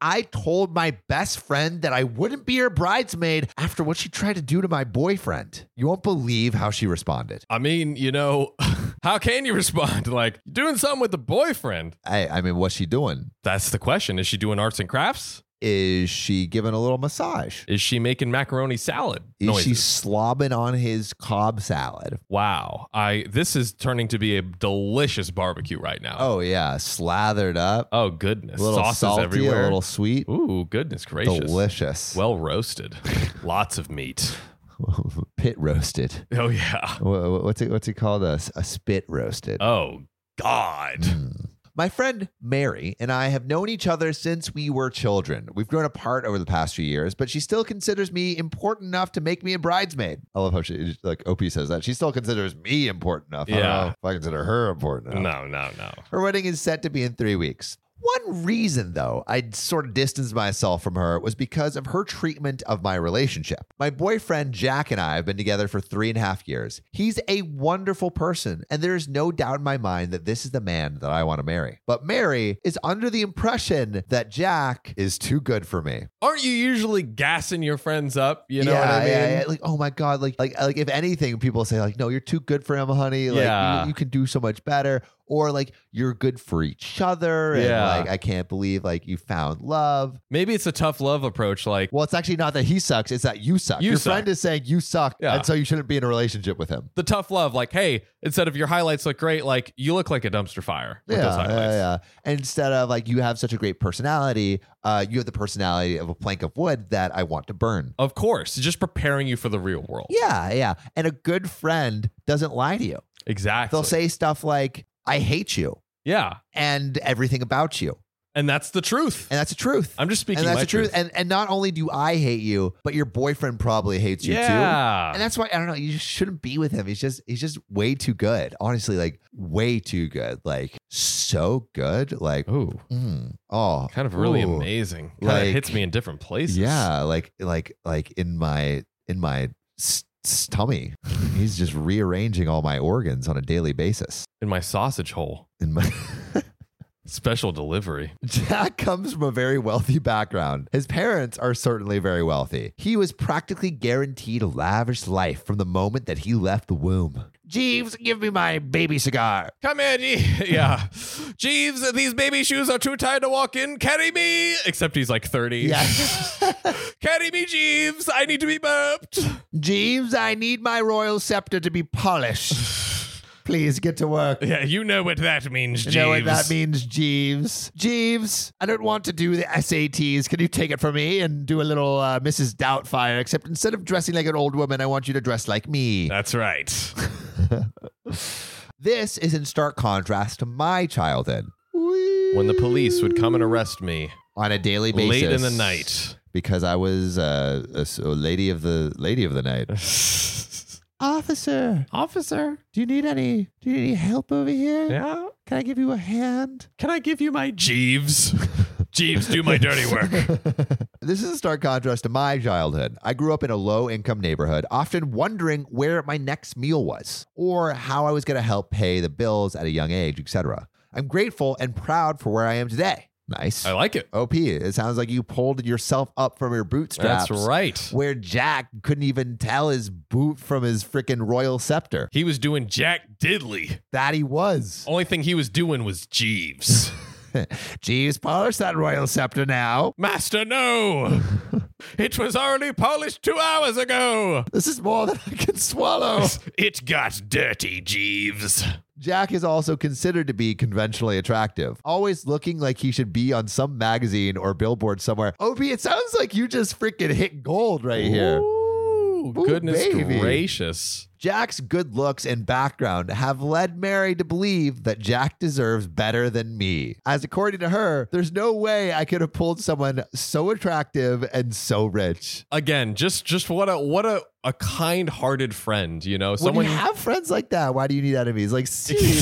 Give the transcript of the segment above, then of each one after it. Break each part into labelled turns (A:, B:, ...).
A: I told my best friend that I wouldn't be her bridesmaid after what she tried to do to my boyfriend. You won't believe how she responded.
B: I mean, you know, how can you respond? Like, doing something with the boyfriend.
A: I, I mean, what's she doing?
B: That's the question. Is she doing arts and crafts?
A: Is she giving a little massage?
B: Is she making macaroni salad?
A: Is she
B: noises? Oh.
A: slobbing on his cob salad?
B: Wow. I this is turning to be a delicious barbecue right now.
A: Oh, yeah. Slathered up.
B: Oh, goodness.
A: A little
B: Sauces
A: salty,
B: everywhere.
A: a little sweet.
B: Ooh, goodness gracious.
A: Delicious.
B: Well roasted. Lots of meat.
A: Pit roasted.
B: Oh yeah.
A: Wha- wha- What's it, what's it called? A, s- a spit roasted.
B: Oh God.
A: Mm. My friend Mary and I have known each other since we were children. We've grown apart over the past few years, but she still considers me important enough to make me a bridesmaid. I love how she, like, OP says that. She still considers me important enough. I don't
B: Yeah.
A: know if I consider her important enough.
B: No, no, no.
A: Her wedding is set to be in three weeks. One reason, though, I'd sort of distanced myself from her was because of her treatment of my relationship. My boyfriend, Jack, and I have been together for three and a half years. He's a wonderful person, and there is no doubt in my mind that this is the man that I want to marry. But Mary is under the impression that Jack is too good for me.
B: Aren't you usually gassing your friends up? You know what I mean?
A: Yeah, yeah. Like, oh my god, like, like, like, if anything, people say like, no, you're too good for him, honey. Like,
B: Yeah.
A: you, you can do so much better. Or like, you're good for each other. And
B: Yeah.
A: like, I can't believe like you found love.
B: Maybe it's a tough love approach. Like,
A: Well, it's actually not that he sucks; it's that you suck.
B: You
A: Your
B: suck.
A: friend is saying you suck,
B: Yeah.
A: and so you shouldn't be in a relationship with him.
B: the tough love, like, hey, instead of your highlights look great, like you look like a dumpster fire with
A: yeah,
B: those highlights.
A: yeah, yeah. Instead of like you have such a great personality, uh, you have the personality of a plank of wood that I want to burn.
B: Of course, just preparing you for the real world.
A: Yeah, yeah. And a good friend doesn't lie to you.
B: exactly.
A: They'll say stuff like, "I hate you."
B: yeah,
A: and everything about you.
B: and that's the truth.
A: And that's the truth.
B: I'm just speaking
A: and that's
B: my
A: the truth. And and not only do I hate you, but your boyfriend probably hates you too.
B: yeah,
A: And that's why I don't know, you just shouldn't be with him. He's just he's just way too good. Honestly, like way too good. Like so good. Like
B: ooh,
A: mm, oh
B: kind of really
A: ooh.
B: amazing. Kind
A: Like-
B: of hits me in different places.
A: Yeah, like like like in my in my s- stomach. He's just rearranging all my organs on a daily basis.
B: in my sausage hole.
A: In my
B: Special delivery.
A: Jack comes from a very wealthy background. His parents are certainly very wealthy. He was practically guaranteed a lavish life from the moment that he left the womb. Jeeves, give me my baby cigar.
B: Come here, Jeeves. yeah. Jeeves, these baby shoes are too tired to walk in. Carry me. Except he's like 30.
A: Yeah.
B: Carry me, Jeeves. I need to be burped.
A: Jeeves, I need my royal scepter to be polished. Please get to work.
B: Yeah, you know what that means,
A: You
B: Jeeves.
A: know what that means, Jeeves. Jeeves, I don't want to do the SATs. Can you take it from me and do a little uh, Mrs. Doubtfire? Except instead of dressing like an old woman, I want you to dress like me.
B: That's right.
A: This is in stark contrast to my childhood. When
B: When the police would come and arrest me
A: on a daily basis,
B: late in the night.
A: because I was uh, a s- a lady of the lady of the night. Officer,
B: Officer?
A: do you need any? Do you need any help over here?
B: Yeah.
A: Can I give you a hand?
B: Can I give you my Jeeves? Jeeves, do my dirty work.
A: This is a stark contrast to my childhood. I grew up in a low income neighborhood, often wondering where my next meal was or how I was going to help pay the bills at a young age, etc. I'm grateful and proud for where I am today. Nice.
B: I like it.
A: OP, it sounds like you pulled yourself up from your bootstraps.
B: That's right.
A: Where Jack couldn't even tell his boot from his freaking royal scepter.
B: He was doing Jack Diddley.
A: That he was.
B: Only thing he was doing was Jeeves.
A: Jeeves, polish that royal scepter now.
B: Master, no! it was already polished two hours ago!
A: This is more than I can swallow.
B: It got dirty, Jeeves.
A: Jack is also considered to be conventionally attractive, always looking like he should be on some magazine or billboard somewhere. OP, it sounds like you just freaking hit gold right here.
B: Ooh,
A: Ooh,
B: goodness
A: baby.
B: gracious.
A: Jack's good looks and background have led Mary to believe that Jack deserves better than me. As according to her, there's no way I could have pulled someone so attractive and so rich.
B: Again, just just what a what a, a kind-hearted friend, you know, someone
A: when you have friends like that, why do you need enemies? Like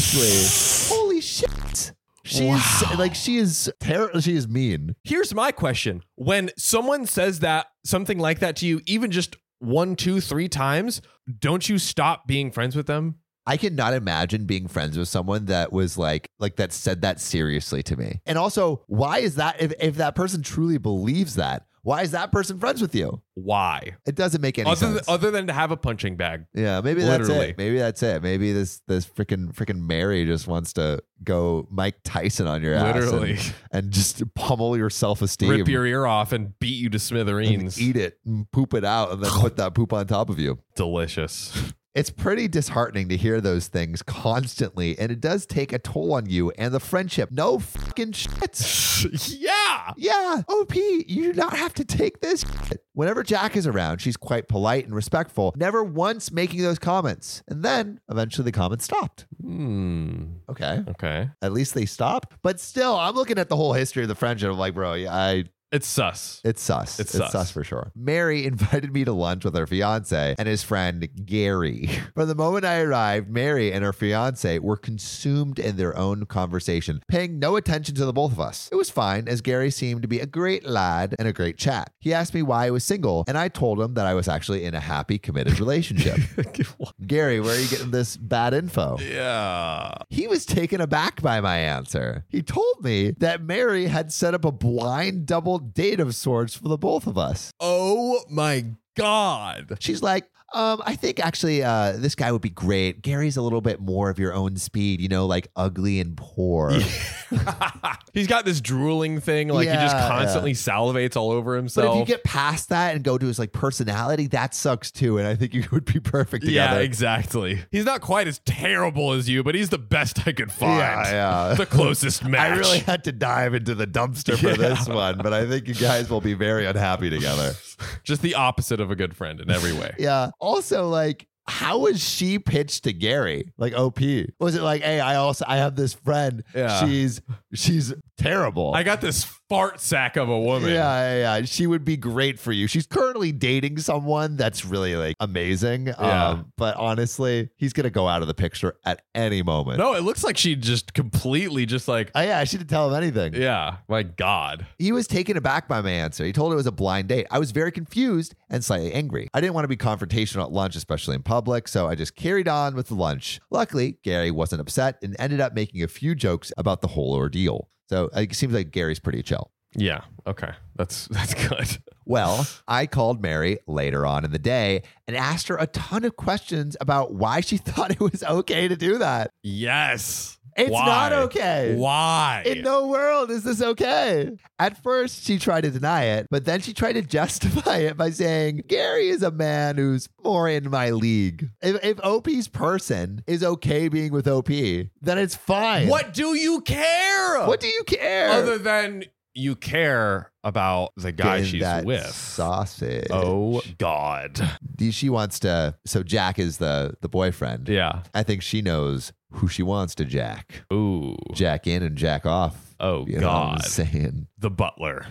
A: seriously, holy shit. She
B: Wow.
A: is like she is terrible. She is mean.
B: Here's my question. When someone says that something like that to you, even just one, two, three times, don't you stop being friends with them?
A: I cannot imagine being friends with someone that was like like that said that seriously to me. And also, why is that if, if that person truly believes that, why is that person friends with you?
B: Why?
A: It doesn't make any
B: Other than,
A: sense.
B: other than to have a punching bag.
A: yeah, maybe that's
B: Literally.
A: it. Maybe that's it. Maybe this this freaking freaking Mary just wants to go Mike Tyson on your ass and-
B: literally.
A: and, just pummel your self esteem.
B: Rip your ear off and beat you to
A: and
B: smithereens.
A: eat it and poop it out and then put that poop on top of you.
B: Delicious.
A: It's pretty disheartening to hear those things constantly, and it does take a toll on you and the friendship. No fucking shit.
B: yeah.
A: Yeah, OP, you do not have to take this shit. Whenever Jack is around, she's quite polite and respectful, never once making those comments. And then eventually the comments stopped.
B: Hmm.
A: Okay,
B: Okay.
A: at least they stopped. But still, I'm looking at the whole history of the friendship. I'm like, bro, yeah, I
B: It's sus.
A: It's sus.
B: It's
A: It's,
B: sus.
A: sus. for sure. Mary invited me to lunch with her fiance and his friend Gary. From the moment I arrived, Mary and her fiance were consumed in their own conversation, paying no attention to the both of us. It was fine, as Gary seemed to be a great lad and a great chap. He asked me why I was single, and I told him that I was actually in a happy, committed relationship. Gary, where are you getting this bad info?
B: yeah.
A: He was taken aback by my answer. He told me that Mary had set up a blind double date of sorts for the both of us.
B: Oh my god.
A: She's like, um, I think actually uh, this guy would be great. Gary's a little bit more of your own speed, you know, like ugly and poor.
B: He's got this drooling thing, like he just
A: Yeah,
B: constantly salivates all over
A: But if you
B: himself.
A: get past that and go to his like personality, that sucks too. And I think you would be perfect
B: yeah,
A: together.
B: exactly. He's not quite as terrible as you, but he's the best I could find.
A: Yeah, yeah.
B: The closest match.
A: I really had to dive into the dumpster for this one, but I think you guys will be very unhappy together.
B: just the opposite of a good friend in every way.
A: Yeah. Also, like, how was she pitched to Gary? Like OP. Was it like, hey, I also I have this friend.
B: Yeah.
A: She's she's terrible.
B: I got this fart sack of a woman.
A: Yeah, yeah, yeah. She would be great for you. She's currently dating someone that's really like amazing.
B: Yeah.
A: Um, but honestly, he's gonna go out of the picture at any moment.
B: No, it looks like she just completely just like
A: Oh, yeah, she didn't tell him anything.
B: yeah, my god.
A: He was taken aback by my answer. He told it was a blind date. I was very confused and slightly angry. I didn't want to be confrontational at lunch, especially in public, so I just carried on with the lunch. Luckily, Gary wasn't upset and ended up making a few jokes about the whole ordeal. So it seems like Gary's pretty chill.
B: Yeah. Okay. That's that's good.
A: Well, I called Mary later on in the day and asked her a ton of questions about why she thought it was okay to do that.
B: Yes.
A: It's
B: Why?
A: not okay.
B: Why?
A: In no world is this okay. At first, she tried to deny it, but then she tried to justify it by saying, Gary is a man who's more in my league. If, if OP's person is okay being with OP, then it's fine.
B: What do you care?
A: What do you care?
B: other than you care about the guy
A: Getting
B: she's
A: that
B: with?
A: Sausage.
B: Oh God.
A: Do- She wants to. So Jack is the the boyfriend.
B: Yeah.
A: I think she knows who she wants to jack.
B: Ooh.
A: Jack in and jack off.
B: Oh
A: You know what
B: God.
A: I'm saying?
B: The butler.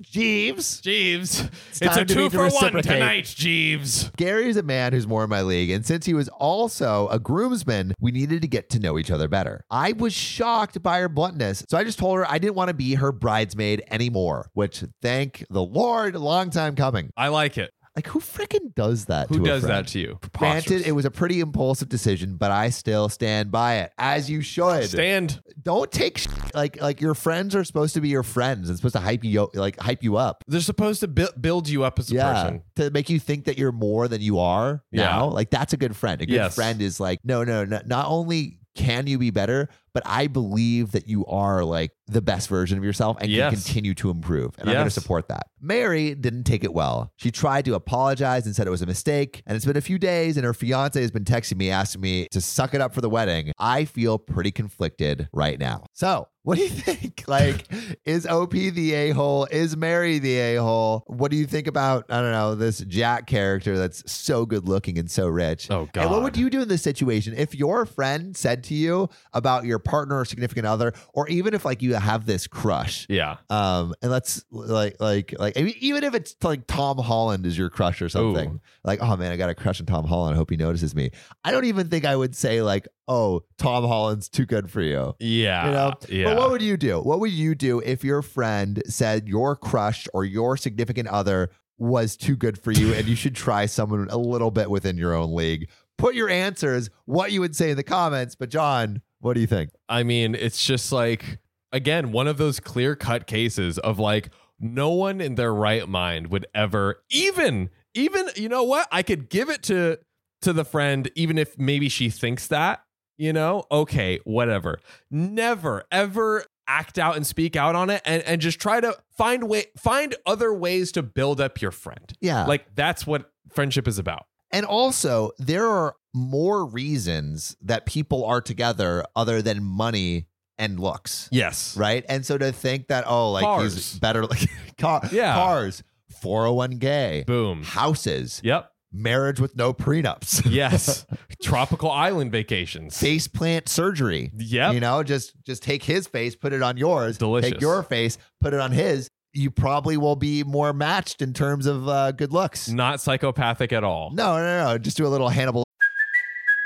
A: Jeeves.
B: Jeeves. It's,
A: time to
B: a two
A: need to
B: for one
A: reciprocate.
B: tonight, Jeeves.
A: Gary's a man who's more in my league, and since he was also a groomsman, we needed to get to know each other better. I was shocked by her bluntness, so I just told her I didn't want to be her bridesmaid anymore, which thank the Lord, long time coming.
B: I like it.
A: Like, who freaking does that
B: Who
A: to
B: does
A: a friend?
B: that to you?
A: Granted, it was a pretty impulsive decision, but I still stand by it, as you should.
B: Stand.
A: Don't take sh- like like your friends are supposed to be your friends and supposed to hype you like hype you up.
B: They're supposed to bu- build you up as a person.
A: To make you think that you're more than you are
B: Yeah.
A: now. Like that's a good friend. A good
B: Yes.
A: friend is like, no, no, no, not only can you be better, but I believe that you are like the best version of yourself and
B: Yes.
A: can continue to improve. And I'm going to
B: Yes.
A: support that. Mary didn't take it well. She tried to apologize and said it was a mistake. And it's been a few days, and her fiance has been texting me, asking me to suck it up for the wedding. I feel pretty conflicted right now. So, what do you think? Like, is OP the a hole? Is Mary the a hole? What do you think about, I don't know, this Jack character that's so good looking and so rich?
B: Oh God.
A: And what would you do in this situation if your friend said to you about your partner or significant other, or even if like you have this crush?
B: Yeah.
A: Um, and let's like like like I mean, even if it's like Tom Holland is your crush or something,
B: Ooh.
A: like oh man, I got a crush on Tom Holland. I hope he notices me. I don't even think I would say like oh Tom Holland's too good for you.
B: Yeah.
A: You know,
B: Yeah.
A: But what would you do? What would you do if your friend said your crush or your significant other was too good for you and you should try someone a little bit within your own league, Put your answers, what you would say in the comments. But John, what do you think?
B: I mean, it's just like, again, one of those clear cut cases of like, no one in their right mind would ever, even, even, you know what? I could give it to, to the friend, even if maybe she thinks that, you know, okay, whatever. Never, ever act out and speak out on it and, and just try to find way, find other ways to build up your friend.
A: Yeah.
B: Like that's what friendship is about.
A: And also, there are more reasons that people are together other than money and looks,
B: Yes.
A: right? And so to think that oh, like he's
B: Cars.
A: better, like car,
B: Yeah.
A: cars, four hundred one k,
B: Boom.
A: houses,
B: Yep.
A: marriage with no prenups,
B: Yes. Tropical island vacations.
A: face plant surgery.
B: Yep.
A: You know, just just take his face, put it on yours. Take
B: Delicious.
A: your face, put it on his. You probably will be more matched in terms of uh, good looks. No,
B: Not psychopathic at all.
A: no, no, no. Just do a little Hannibal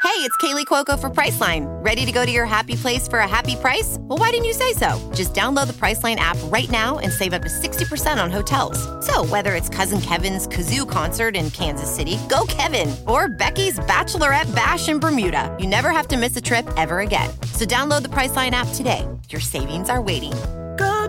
C: Hey, it's Kaylee Cuoco for Priceline. Ready to go to your happy place for a happy price? Well, why didn't you say so? Just download the Priceline app right now and save up to 60% on hotels. So, whether it's Cousin Kevin's Kazoo concert in Kansas City, go Kevin, or Becky's Bachelorette Bash in Bermuda, you never have to miss a trip ever again. So, download the Priceline app today. Your savings are waiting.
D: Go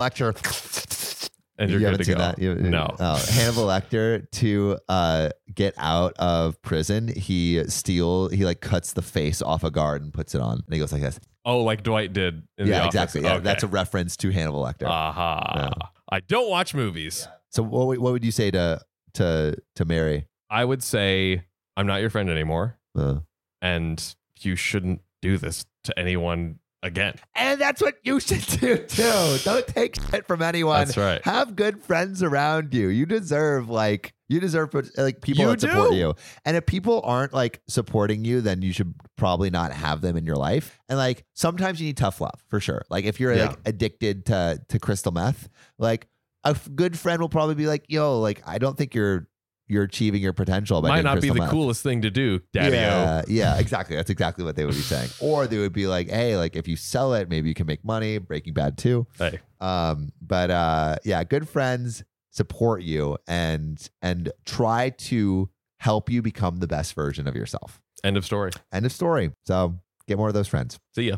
A: lecture.
B: And you're
A: you
B: good
A: haven't
B: to
A: seen
B: go.
A: that. You- you-
B: no.
A: Oh, Hannibal Lecter to uh, get out of prison, he steal he like cuts the face off a guard and puts it on, and he goes like this.
B: Oh, like Dwight did. In the
A: yeah,
B: Office.
A: exactly. Yeah,
B: Okay.
A: that's a reference to Hannibal Lecter.
B: Aha. I don't watch movies.
A: so what would- what would you say to to to Mary?
B: I would say I'm not your friend anymore,
A: Uh,
B: and you shouldn't do this to anyone again.
A: and that's what you should do too. Don't take shit from anyone.
B: That's right.
A: Have good friends around you. You deserve like you deserve like people
B: You
A: that support
B: do.
A: you. And if people aren't like supporting you, then you should probably not have them in your life. And like sometimes you need tough love for sure. Like if you're
B: Yeah.
A: like addicted to to crystal meth, like a f- good friend will probably be like, "Yo, like I don't think you're you're achieving your potential." By
B: Might
A: doing
B: not be
A: crystal
B: the
A: meth."
B: coolest thing to do, Daddy.
A: Yeah, yeah, exactly. That's exactly what they would be saying. Or they would be like, "Hey, like if you sell it, maybe you can make money." Breaking Bad too.
B: Hey,
A: Um, but uh, yeah, good friends support you and and try to help you become the best version of yourself.
B: end of story.
A: End of story. So get more of those friends.
B: See ya.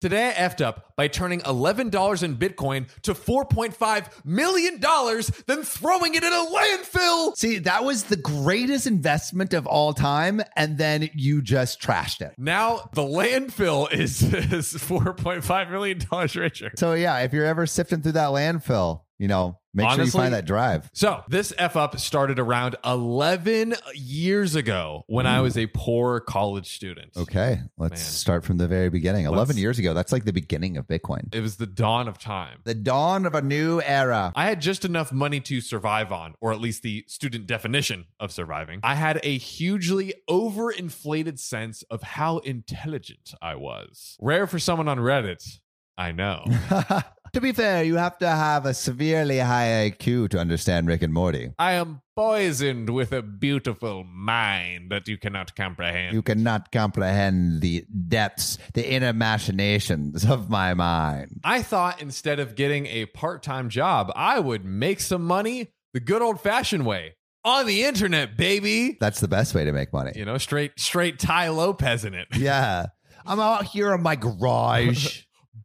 E: Today I effed up by turning $11 in Bitcoin to $4.5 million, then throwing it in a landfill.
F: See, that was the greatest investment of all time, and then you just trashed it.
E: Now
B: The landfill is, is $4.5 million richer.
A: So yeah, if you're ever sifting through that landfill, you know, make sure
B: Honestly-
A: you find that drive.
B: So this F up started around 11 years ago when I was a poor college student.
F: Okay, let's
B: Man.
F: start from the very beginning. 11
B: Let's-
F: years ago, that's like the beginning of Bitcoin.
B: It was the dawn of time.
F: The dawn of a new era.
B: I had just enough money to survive on, or at least the student definition of surviving. I had a hugely overinflated sense of how intelligent I was. Rare for someone on Reddit, I know.
F: to be fair, you have to have a severely high IQ to understand Rick and Morty.
B: I am poisoned with a beautiful mind that you cannot comprehend.
F: You cannot comprehend the depths, the inner machinations of my mind.
B: I thought instead of getting a part time job, I would make some money the good old fashioned way on the internet, baby.
F: That's the best way to make money.
B: You know, straight, straight Ty Lopez in it.
F: Yeah. I'm out here in my garage.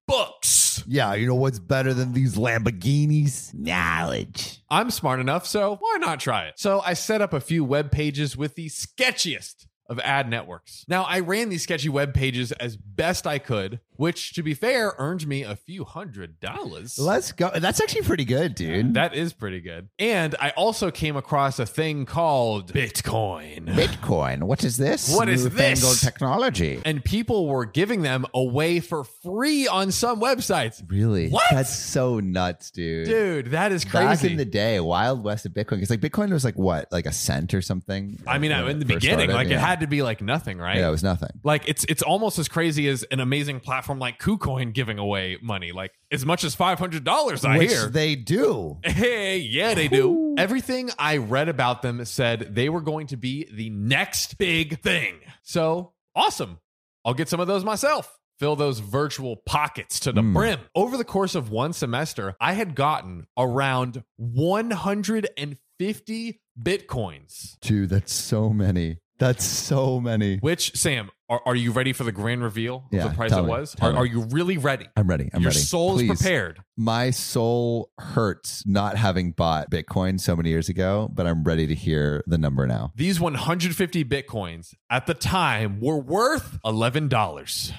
B: Books.
A: Yeah, you know what's better than these Lamborghinis? Knowledge.
B: I'm smart enough, so why not try it? So I set up a few web pages with the sketchiest of ad networks. Now, I ran these sketchy web pages as best I could, which, to be fair, earned me a few hundred dollars.
A: Let's go. That's actually pretty good, dude.
B: That is pretty good. And I also came across a thing called Bitcoin.
G: Bitcoin. What is this?
B: What is this?
G: Newfangled technology.
B: And people were giving them away for free on some websites.
A: Really?
B: What?
A: That's so nuts, dude.
B: Dude, that is crazy.
A: Back in the day, Wild West of Bitcoin, because like Bitcoin was like what, like a cent or something.
B: I mean, uh,
A: When
B: in the
A: it first
B: beginning,
A: started,
B: like it
A: yeah.
B: had to be like nothing, right?
A: yeah, it was nothing.
B: like it's it's almost as crazy as an amazing platform like KuCoin giving away money, like as much as five hundred dollars. I
A: Which
B: hear.
A: they do.
B: hey, yeah, they do. Everything I read about them said they were going to be the next big thing. So awesome! I'll get some of those myself. Fill those virtual pockets to
A: Hmm.
B: the brim. Over the course of one semester, I had gotten around one hundred and fifty bitcoins.
A: Dude, that's so many. That's so many.
B: Which Sam, are, are you ready for the grand reveal of
A: Yeah,
B: the prize
A: tell
B: it
A: me,
B: was?
A: tell
B: Are,
A: me.
B: are you really ready?
A: I'm ready. I'm
B: Your
A: ready.
B: soul
A: Please.
B: is prepared.
A: My soul hurts not having bought Bitcoin so many years ago, but I'm ready to hear the number now.
B: These 150 bitcoins at the time were worth $11.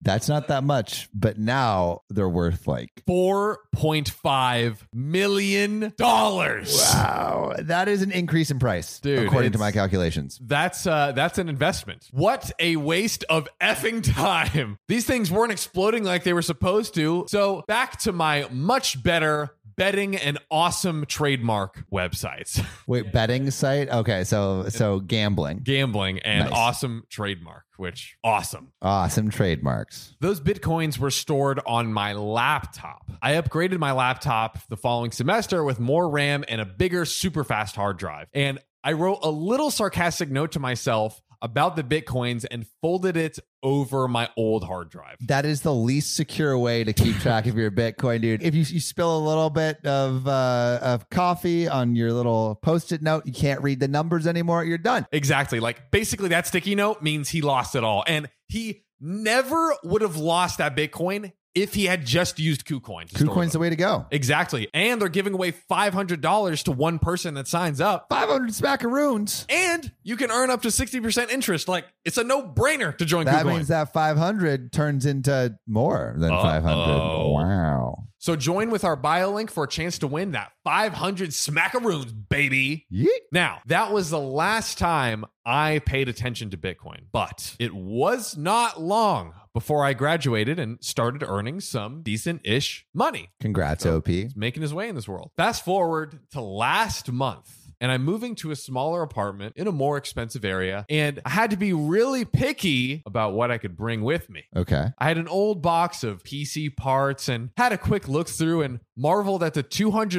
A: That's not that much, but now they're worth like
B: $4.5 million.
A: Wow, that is an increase in price,
B: Dude,
A: according to
B: it's-
A: my calculations.
B: That's uh that's an investment. What a waste of effing time. These things weren't exploding like they were supposed to. So back to my much better betting and awesome trademark websites.
A: Wait, betting site? Okay, so so gambling,
B: Gambling and
A: Nice.
B: awesome trademark, which awesome.
A: awesome trademarks.
B: Those bitcoins were stored on my laptop. I upgraded my laptop the following semester with more RAM and a bigger, super fast hard drive. And I wrote a little sarcastic note to myself about the bitcoins and folded it over my old hard drive.
A: That is the least secure way to keep track of your Bitcoin, dude. If you, you spill a little bit of uh, of coffee on your little post-it note, you can't read the numbers anymore. You're done.
B: Exactly. Like basically, that sticky note means he lost it all. And he never would have lost that bitcoin if he had just used KuCoin. to store
A: KuCoin's the
B: them.
A: way to go.
B: Exactly. And they're giving away $500 to one person that signs up.
A: Five hundred smackaroons.
B: and you can earn up to 60% interest. Like it's a no brainer to join
A: That
B: KuCoin.
A: means that five hundred turns into more than
B: Uh-oh.
A: five hundred. Wow.
B: so join with our bio link for a chance to win that 500 smackaroons, baby.
A: Yeet.
B: Now, that was the last time I paid attention to Bitcoin, but it was not long before I graduated and started earning some decent ish money.
A: Congrats,
B: So-
A: OP.
B: He's making his way in this world. Fast forward to last month, and I'm moving to a smaller apartment in a more expensive area, and I had to be really picky about what I could bring with me.
A: Okay.
B: I had an old box of PC parts and had a quick look through and marveled at the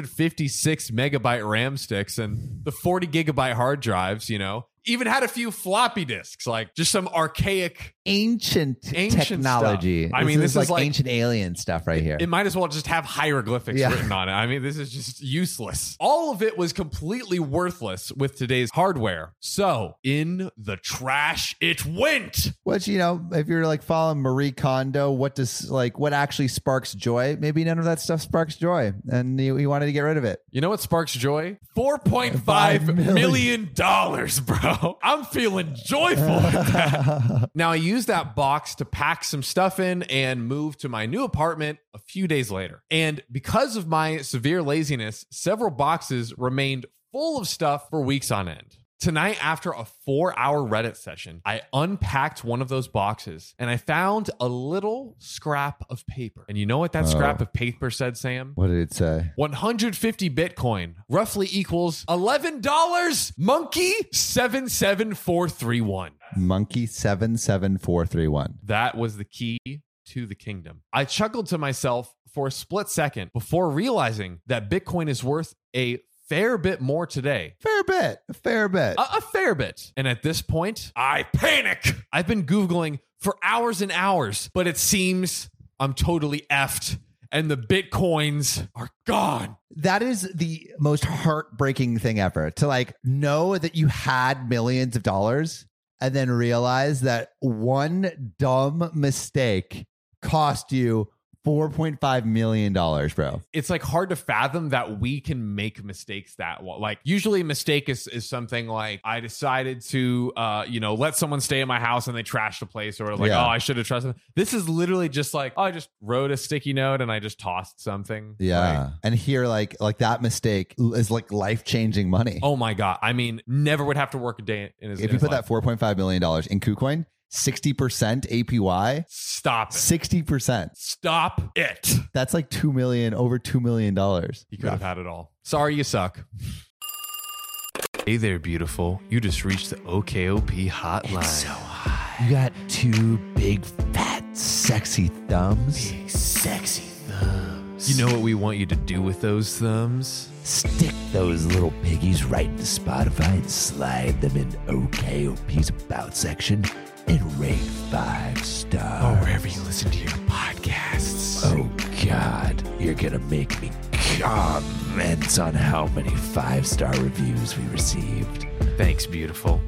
B: 256 megabyte RAM sticks and the 40 gigabyte hard drives, you know. Even had a few floppy disks, like just some archaic.
A: Ancient,
B: Ancient
A: technology.
B: stuff. I mean, this is like-
A: ancient alien stuff right here.
B: It might as well just have hieroglyphics
A: Yeah.
B: written on it. I mean, this is just useless. All of it was completely worthless with today's hardware. So, in the trash it went.
A: Which you know, if you're like following Marie Kondo, what does like what actually sparks joy? Maybe none of that stuff sparks joy, and you, you wanted to get rid of it.
B: You know what sparks joy?
A: Five
B: $4.5
A: million.
B: million, dollars, bro. I'm feeling joyful at that. Now, I used that box to pack some stuff in and move to my new apartment a few days later. And because of my severe laziness, several boxes remained full of stuff for weeks on end. Tonight, after a four hour Reddit session, I unpacked one of those boxes and I found a little scrap of paper. And you know what that scrap of paper said, Sam?
A: What did it say?
B: 150 Bitcoin roughly equals $11 monkey 77431.
A: Monkey seven seven four three one.
B: That was the key to the kingdom. I chuckled to myself for a split second before realizing that Bitcoin is worth a fair bit more today
A: Fair bit, a fair bit.
B: a, a fair bit. And at this point, I panic. I've been Googling for hours and hours, but it seems I'm totally effed and the Bitcoins are gone.
A: that is the most heartbreaking thing ever to like know that you had millions of dollars and then realize that one dumb mistake cost you $4.5 million, bro.
B: it's like hard to fathom that we can make mistakes that well. Like usually a mistake is, is something like I decided to uh you know let someone stay in my house and they trashed the place or like
A: Yeah.
B: oh I should have trusted. them. This is literally just like oh I just wrote a sticky note and I just tossed something.
A: Yeah.
B: Like,
A: and here, like, like that mistake is like life changing money.
B: oh my god. I mean never would have to work a day in his
A: if
B: in
A: you
B: his
A: put
B: life.
A: that $4.5 million in KuCoin, 60% APY,
B: stop it.
A: 60%.
B: Stop it.
A: That's like 2 million, over $2 million.
B: You could have had it all. Sorry, you suck. Hey there, beautiful. You just reached the OKOP hotline.
H: You got two big, fat, sexy thumbs.
B: Sexy thumbs. You know what we want you to do with those thumbs?
H: Stick those little piggies right into Spotify and slide them in OKOP's About section and rate five stars.
B: wherever you listen to your podcasts.
H: Oh, God. You're going to make me comment on how many five star reviews we received.
B: Thanks, beautiful.